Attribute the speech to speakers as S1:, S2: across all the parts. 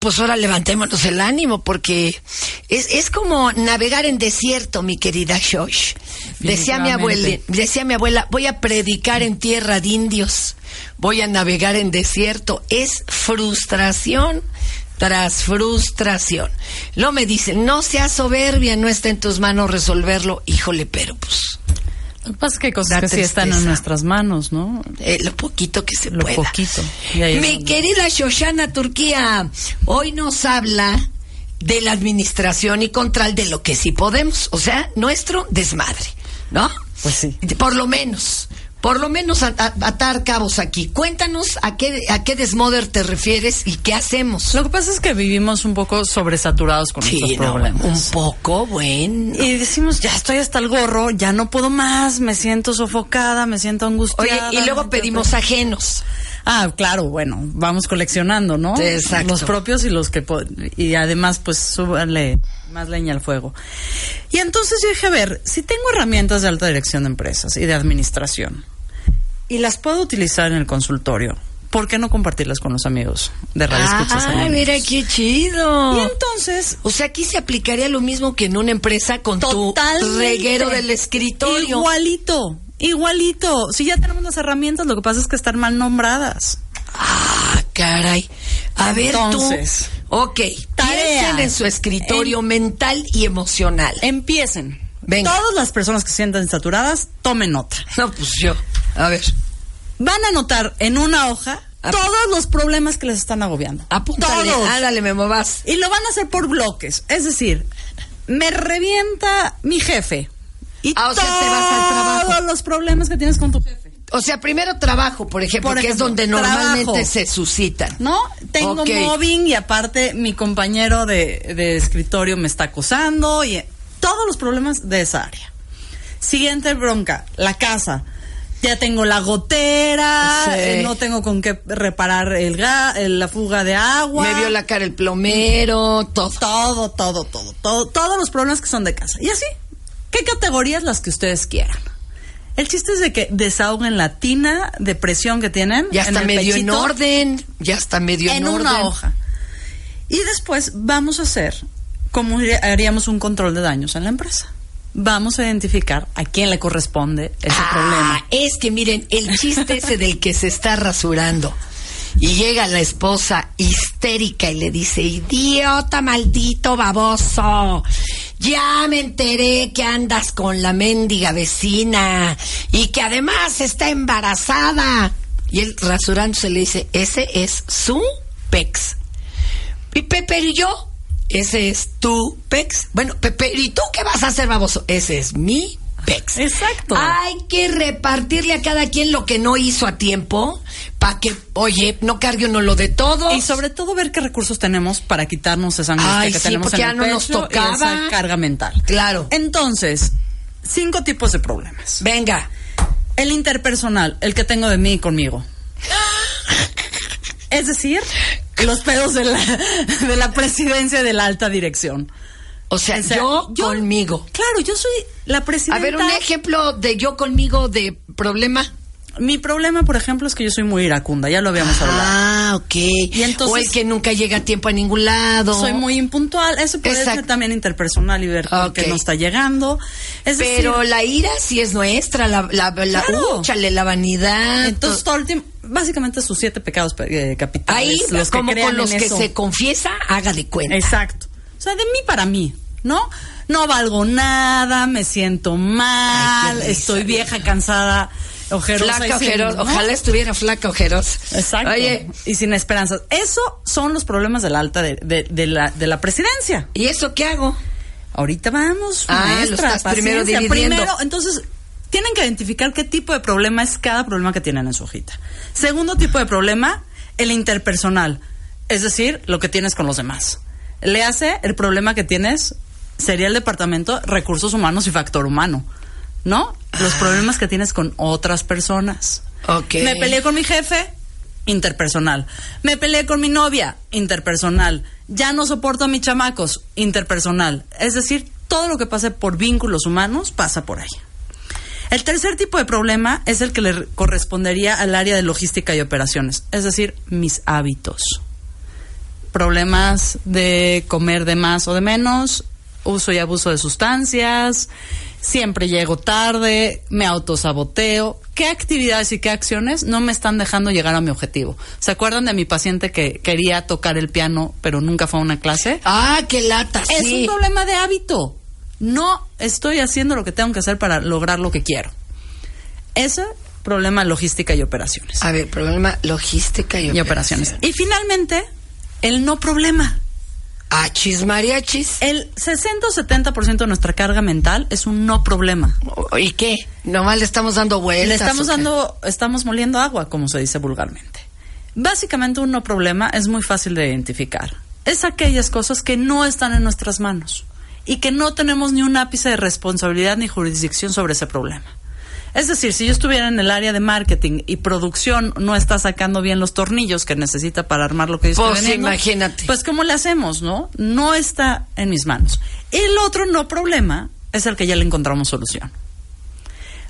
S1: Pues ahora levantémonos el ánimo porque es, es como navegar en desierto, mi querida Shosh. Decía mi, abuela, decía mi abuela, voy a predicar en tierra de indios, voy a navegar en desierto. Es frustración tras frustración. Lo me dice, no seas soberbia, no está en tus manos resolverlo. Híjole, pero pues.
S2: Pues que cosas que sí están en nuestras manos, ¿no?
S1: Eh, lo poquito que se
S2: lo
S1: pueda.
S2: poquito.
S1: Mi querida Shoshana Turquía, hoy nos habla de la administración y control de lo que sí podemos, o sea, nuestro desmadre, ¿no?
S2: Pues sí.
S1: Por lo menos por lo menos atar cabos aquí. Cuéntanos a qué, a qué desmoder te refieres y qué hacemos.
S2: Lo que pasa es que vivimos un poco sobresaturados con
S1: sí,
S2: estos problemas.
S1: No, un poco, bueno.
S2: Y decimos, ya estoy hasta el gorro, ya no puedo más, me siento sofocada, me siento angustiada.
S1: Oye, y luego pedimos ajenos.
S2: Ah, claro, bueno, vamos coleccionando, ¿no?
S1: Exacto.
S2: Los propios y los que... Y además, pues, súbanle más leña al fuego. Y entonces yo dije, a ver, si tengo herramientas de alta dirección de empresas y de administración y las puedo utilizar en el consultorio, ¿por qué no compartirlas con los amigos de Radio Escuchas?
S1: Ah, mira qué chido.
S2: Y entonces,
S1: o sea, aquí se aplicaría lo mismo que en una empresa con tu reguero del escritorio.
S2: Igualito, igualito. Si ya tenemos las herramientas, lo que pasa es que están mal nombradas.
S1: Ah, caray. A ver
S2: Entonces,
S1: tú. Ok. Piensen en su escritorio en, mental y emocional.
S2: Empiecen. Venga. Todas las personas que se sientan saturadas, tomen nota.
S1: No, pues yo. A ver.
S2: Van a anotar en una hoja
S1: Ah.
S2: Ap todos los problemas que les están agobiando.
S1: Apúntale.
S2: Todos.
S1: Ándale, me movas.
S2: Y lo van a hacer por bloques. Es decir, me revienta mi jefe. Y
S1: ah, o sea, te vas al trabajo.
S2: Todos los problemas que tienes con tu jefe.
S1: O sea, primero trabajo, por ejemplo, por ejemplo que es donde normalmente trabajo. se suscitan.
S2: ¿No? Tengo okay. mobbing y aparte mi compañero de, de, escritorio me está acosando y todos los problemas de esa área. Siguiente bronca, la casa. Ya tengo la gotera, sí. eh, no tengo con qué reparar el ga, eh, la fuga de agua.
S1: Me vio la cara el plomero, todo.
S2: Todo, todo, todo, todo. Todos los problemas que son de casa. Y así, ¿qué categorías las que ustedes quieran? El chiste es de que desahoguen la tina de presión que tienen.
S1: Ya está
S2: en el
S1: medio
S2: pechito,
S1: en orden, ya está medio en,
S2: en
S1: orden.
S2: una hoja. Y después vamos a hacer como haríamos un control de daños en la empresa. Vamos a identificar a quién le corresponde ese
S1: ah,
S2: problema.
S1: Es que miren, el chiste ese del que se está rasurando y llega la esposa histérica y le dice, idiota, maldito, baboso, ya me enteré que andas con la mendiga vecina y que además está embarazada. Y él rasurándose le dice, ese es su pex. Y Pepe y yo, ese es tu pex. Bueno, Pepe, ¿y tú qué vas a hacer, baboso? Ese es mi Pex. Ah,
S2: Exacto.
S1: Hay que repartirle a cada quien lo que no hizo a tiempo para que, oye, no cargue uno lo de todo.
S2: Y sobre todo ver qué recursos tenemos para quitarnos esa angustia
S1: Ay,
S2: que
S1: sí,
S2: tenemos
S1: porque
S2: en
S1: ya
S2: el
S1: no nos
S2: pecho
S1: tocaba.
S2: y esa carga mental.
S1: Claro.
S2: Entonces, cinco tipos de problemas.
S1: Venga.
S2: El interpersonal, el que tengo de mí y conmigo. es decir, los pedos de la, de la presidencia de la alta dirección.
S1: O sea,
S2: O sea,
S1: yo,
S2: yo-
S1: conmigo.
S2: Claro, yo soy la presidenta.
S1: A ver, un ejemplo de yo conmigo de problema.
S2: Mi problema, por ejemplo, es que yo soy muy iracunda, ya lo habíamos hablado.
S1: Ah, ok.
S2: entonces-
S1: o el que nunca llega a tiempo a ningún lado.
S2: Soy muy impuntual, eso puede
S1: Exacto.
S2: ser también interpersonal y ver lo
S1: Ok.
S2: que no está llegando. Es
S1: Pero
S2: decir,
S1: la ira sí es nuestra, la, la, la,
S2: Claro.
S1: uh, chale, la vanidad.
S2: entonces todo el tiempo, básicamente sus siete pecados eh, capitales,
S1: Ahí,
S2: los que
S1: como
S2: crean
S1: con los
S2: en
S1: que
S2: eso.
S1: se confiesa, haga de cuenta.
S2: Exacto. O sea, de mí para mí, ¿no? No valgo nada, me siento
S1: Ay,
S2: mal,
S1: qué risa,
S2: estoy vieja, cansada, ojerosa. y
S1: Flaca,
S2: sin-
S1: ojerosa.
S2: ¿no?
S1: Ojalá estuviera flaca, ojerosa.
S2: Exacto.
S1: Oye,
S2: Y sin esperanzas. Eso son los problemas de la alta de, de- de la, de la presidencia.
S1: ¿y eso qué hago?
S2: Ahorita vamos,
S1: Ah, lo
S2: maestra,
S1: estás primero
S2: paciencia.
S1: dividiendo.
S2: Primero, entonces, tienen que identificar qué tipo de problema es cada problema que tienen en su hojita. Segundo tipo de problema, el interpersonal. Es decir, lo que tienes con los demás. Le hace el problema que tienes sería el departamento recursos humanos y factor humano, ¿no? Los
S1: Ah.
S2: problemas que tienes con otras personas.
S1: Ok.
S2: Me peleé con mi jefe, interpersonal. Me peleé con mi novia, interpersonal. Ya no soporto a mis chamacos, interpersonal. Es decir, todo lo que pase por vínculos humanos pasa por ahí. El tercer tipo de problema es el que le correspondería al área de logística y operaciones, es decir, mis hábitos. Problemas de comer de más o de menos, uso y abuso de sustancias, siempre llego tarde, me autosaboteo. ¿Qué actividades y qué acciones no me están dejando llegar a mi objetivo? ¿Se acuerdan de mi paciente que quería tocar el piano pero nunca fue a una clase?
S1: Ah, qué lata.
S2: Es
S1: sí.
S2: un problema de hábito. No estoy haciendo lo que tengo que hacer para lograr lo que quiero. Ese problema logística y operaciones.
S1: A ver, problema logística Ah, y,
S2: Y operaciones. Y finalmente, el no problema.
S1: Ah, chis mariachis.
S2: El 60 o 70% de nuestra carga mental es un no problema.
S1: ¿Y qué? Nomás le estamos dando vueltas.
S2: Le estamos
S1: ¿o qué?
S2: dando, estamos moliendo agua, como se dice vulgarmente. Básicamente, un no problema es muy fácil de identificar. Es aquellas cosas que no están en nuestras manos y que no tenemos ni un ápice de responsabilidad ni jurisdicción sobre ese problema. Es decir, si yo estuviera en el área de marketing y producción no está sacando bien los tornillos que necesita para armar lo que yo estoy
S1: Pues,
S2: vendiendo,
S1: imagínate.
S2: Pues cómo le hacemos, ¿no? No está en mis manos. El otro no problema es el que ya le encontramos solución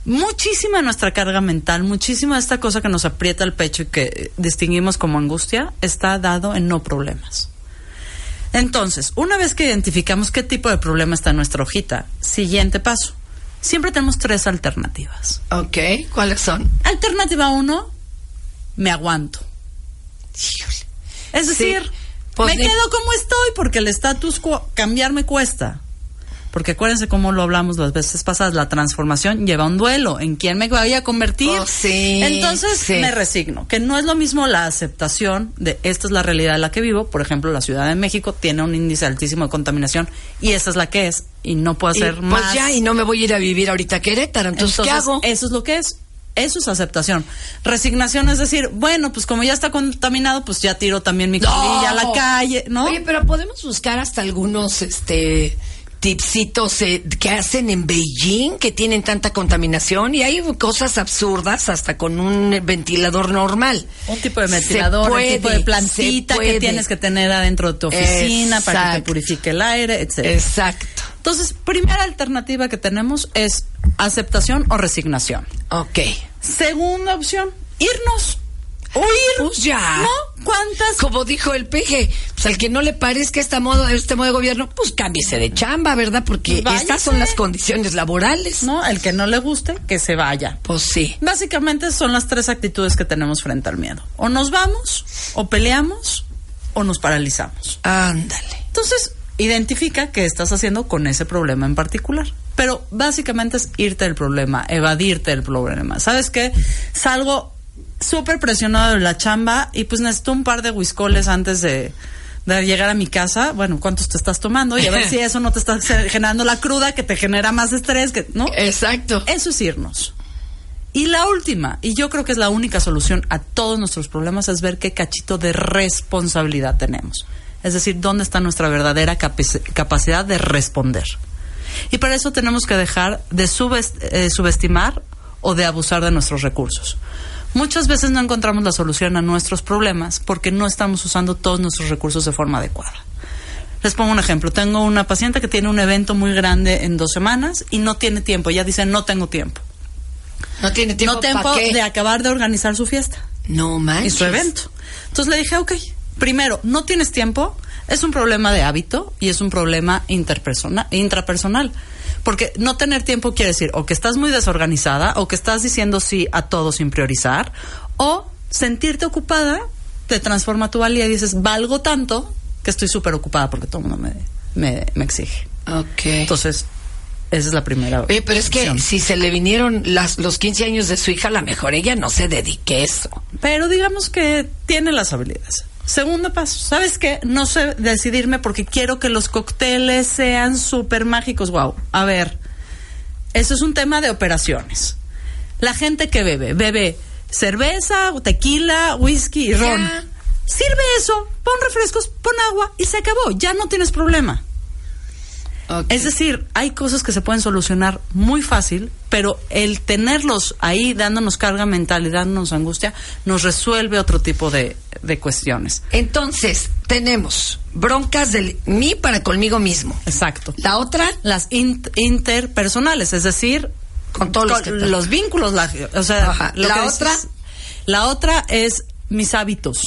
S2: muchísima nuestra carga mental, muchísima de esta cosa que nos aprieta el pecho y que eh, distinguimos como angustia, está dado en no problemas. Entonces, una vez que identificamos qué tipo de problema está en nuestra hojita, siguiente paso. Siempre tenemos tres alternativas.
S1: Ok, ¿cuáles son?
S2: Alternativa uno, me aguanto.
S1: Híjole.
S2: Es
S1: Sí,
S2: decir,
S1: pues
S2: me
S1: ni-
S2: quedo como estoy porque el status quo cambiar me cuesta. Porque acuérdense cómo lo hablamos las veces pasadas, la transformación lleva un duelo en quién me voy a convertir.
S1: Oh, sí,
S2: Entonces
S1: sí.
S2: me resigno, que no es lo mismo la aceptación de esta es la realidad en la que vivo. Por ejemplo, la Ciudad de México tiene un índice altísimo de contaminación y esa es la que es y no puedo
S1: Y,
S2: hacer
S1: pues
S2: más.
S1: ya, y no me voy a ir a vivir ahorita a Querétaro. Entonces, ¿qué hago?
S2: Eso es lo que es. Eso es aceptación. Resignación es decir, bueno, pues como ya está contaminado, pues ya tiro también mi colilla a la calle, ¿no?
S1: Oye, pero podemos buscar hasta algunos este tipsitos eh, que hacen en Beijing que tienen tanta contaminación y hay cosas absurdas hasta con un eh, ventilador normal.
S2: Un tipo de
S1: Se
S2: ventilador, un
S1: puede,
S2: tipo de
S1: se
S2: plantita
S1: puede.
S2: que tienes que tener adentro de tu oficina para que te
S1: Exacto. Eh.
S2: purifique el aire, etcétera.
S1: Exacto.
S2: Entonces, primera alternativa que tenemos es aceptación o resignación.
S1: Ok.
S2: Segunda opción, irnos. Huir.
S1: Pues ya.
S2: ¿No? ¿Cuántas?
S1: Como dijo el peje, pues al que no le parezca esta moda, este modo de gobierno, pues cámbiese de chamba, ¿verdad? Porque
S2: Pues Váyase.
S1: estas son las condiciones laborales.
S2: No, el que no le guste, que se vaya.
S1: Pues sí.
S2: Básicamente son las tres actitudes que tenemos frente al miedo. O nos vamos, o peleamos, o nos paralizamos.
S1: Ándale.
S2: Entonces, identifica qué estás haciendo con ese problema en particular. Pero básicamente es irte del problema, evadirte del problema. ¿Sabes qué? Salgo súper presionado de la chamba y pues necesito un par de huiscoles antes de, de llegar a mi casa. Bueno, ¿cuántos te estás tomando? Y a ver si eso no te está generando la cruda que te genera más estrés, que, ¿no?
S1: Eh. Exacto.
S2: Eso es irnos. Y la última, y yo creo que es la única solución a todos nuestros problemas, es ver qué cachito de responsabilidad tenemos. Es decir, dónde está nuestra verdadera capaci- capacidad de responder. Y para eso tenemos que dejar de subes- eh, subestimar o de abusar de nuestros recursos. Muchas veces no encontramos la solución a nuestros problemas porque no estamos usando todos nuestros recursos de forma adecuada. Les pongo un ejemplo. Tengo una paciente que tiene un evento muy grande en dos semanas y no tiene tiempo. Ella dice, no tengo tiempo.
S1: No tiene tiempo,
S2: no tiempo
S1: ¿pa' qué?
S2: de acabar de organizar su fiesta
S1: No
S2: y
S1: manches.
S2: su evento. Entonces le dije, ok, primero, no tienes tiempo, es un problema de hábito y es un problema interpersona- intrapersonal. Porque no tener tiempo quiere decir o que estás muy desorganizada o que estás diciendo sí a todo sin priorizar o sentirte ocupada te transforma tu valía y dices, valgo tanto que estoy súper ocupada porque todo el mundo me, me, me exige.
S1: Ok.
S2: Entonces, esa es la primera.
S1: Oye, pero es que
S2: opción.
S1: si se le vinieron las, los 15 años de su hija, a lo mejor ella no se dedique a eso.
S2: pero digamos que tiene las habilidades. Segundo paso, ¿sabes qué? No sé decidirme porque quiero que los cócteles sean súper mágicos. Wow, a ver, eso es un tema de operaciones. La gente que bebe, bebe cerveza, tequila, whisky y ron. Sirve eso, pon refrescos, pon agua y se acabó. Ya no tienes problema.
S1: Ok.
S2: Es decir, hay cosas que se pueden solucionar muy fácil, pero el tenerlos ahí dándonos carga mental y dándonos angustia nos resuelve otro tipo de, de cuestiones.
S1: Entonces, tenemos broncas del mí para conmigo mismo.
S2: Exacto.
S1: La otra,
S2: Las in- interpersonales, es decir,
S1: con todos los que
S2: con los vínculos. la- o sea,
S1: Ajá.
S2: lo
S1: La
S2: que
S1: otra.
S2: la otra es mis hábitos.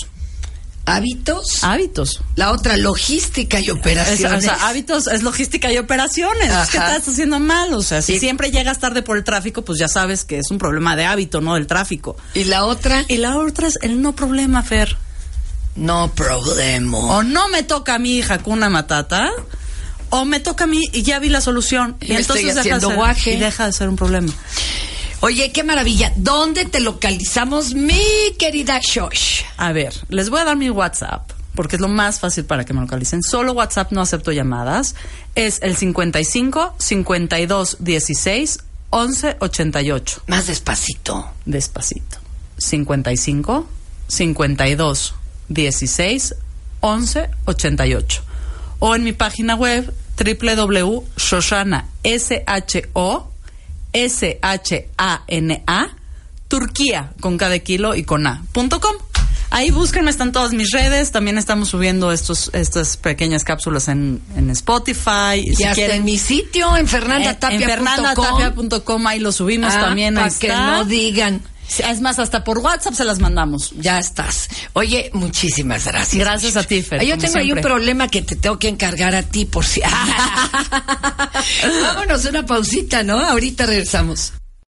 S1: hábitos.
S2: Hábitos.
S1: La otra, logística y
S2: Es-
S1: operaciones.
S2: Ah. o sea, hábitos es logística y operaciones. Es que
S1: Ajá.
S2: estás haciendo mal. O sea, si
S1: Y-
S2: siempre llegas tarde por el tráfico, pues ya sabes que es un problema de hábito, no del tráfico.
S1: y la otra,
S2: Y la otra es el no problema, Fer.
S1: no problema.
S2: O no me toca a mi hija con una matata, o me toca a mí y ya vi la solución.
S1: Y
S2: Y,
S1: me estoy
S2: entonces deja de,
S1: haciendo
S2: ser,
S1: guaje.
S2: y deja de ser un problema.
S1: Oye, qué maravilla. ¿Dónde te localizamos, mi querida Shosh?
S2: A ver, les voy a dar mi WhatsApp, porque es lo más fácil para que me localicen. Solo WhatsApp, no acepto llamadas. Es el 55 52 16 11 88.
S1: Más despacito.
S2: Despacito. 55 52 16 11 88. O en mi página web www.shoshana s h o s h a n a Turquía con cada kilo y con a punto com. Ahí búsquenme, están todas mis redes. También estamos subiendo estos estas pequeñas cápsulas en, en Spotify.
S1: Y
S2: si
S1: hasta
S2: quieren, Eh,
S1: en mi sitio, en
S2: en- en fernandatapia.com ahí lo subimos también. este, ahí
S1: Para Ah, que
S2: está.
S1: no digan.
S2: Sí, Es más, hasta por WhatsApp se las mandamos.
S1: Ya estás. Oye, muchísimas gracias.
S2: Gracias a ti, Fer,
S1: Ah, Yo
S2: como
S1: tengo ahí un
S2: siempre.
S1: problema que te tengo que encargar a ti por si. Vámonos una pausita, ¿no? Ahorita regresamos.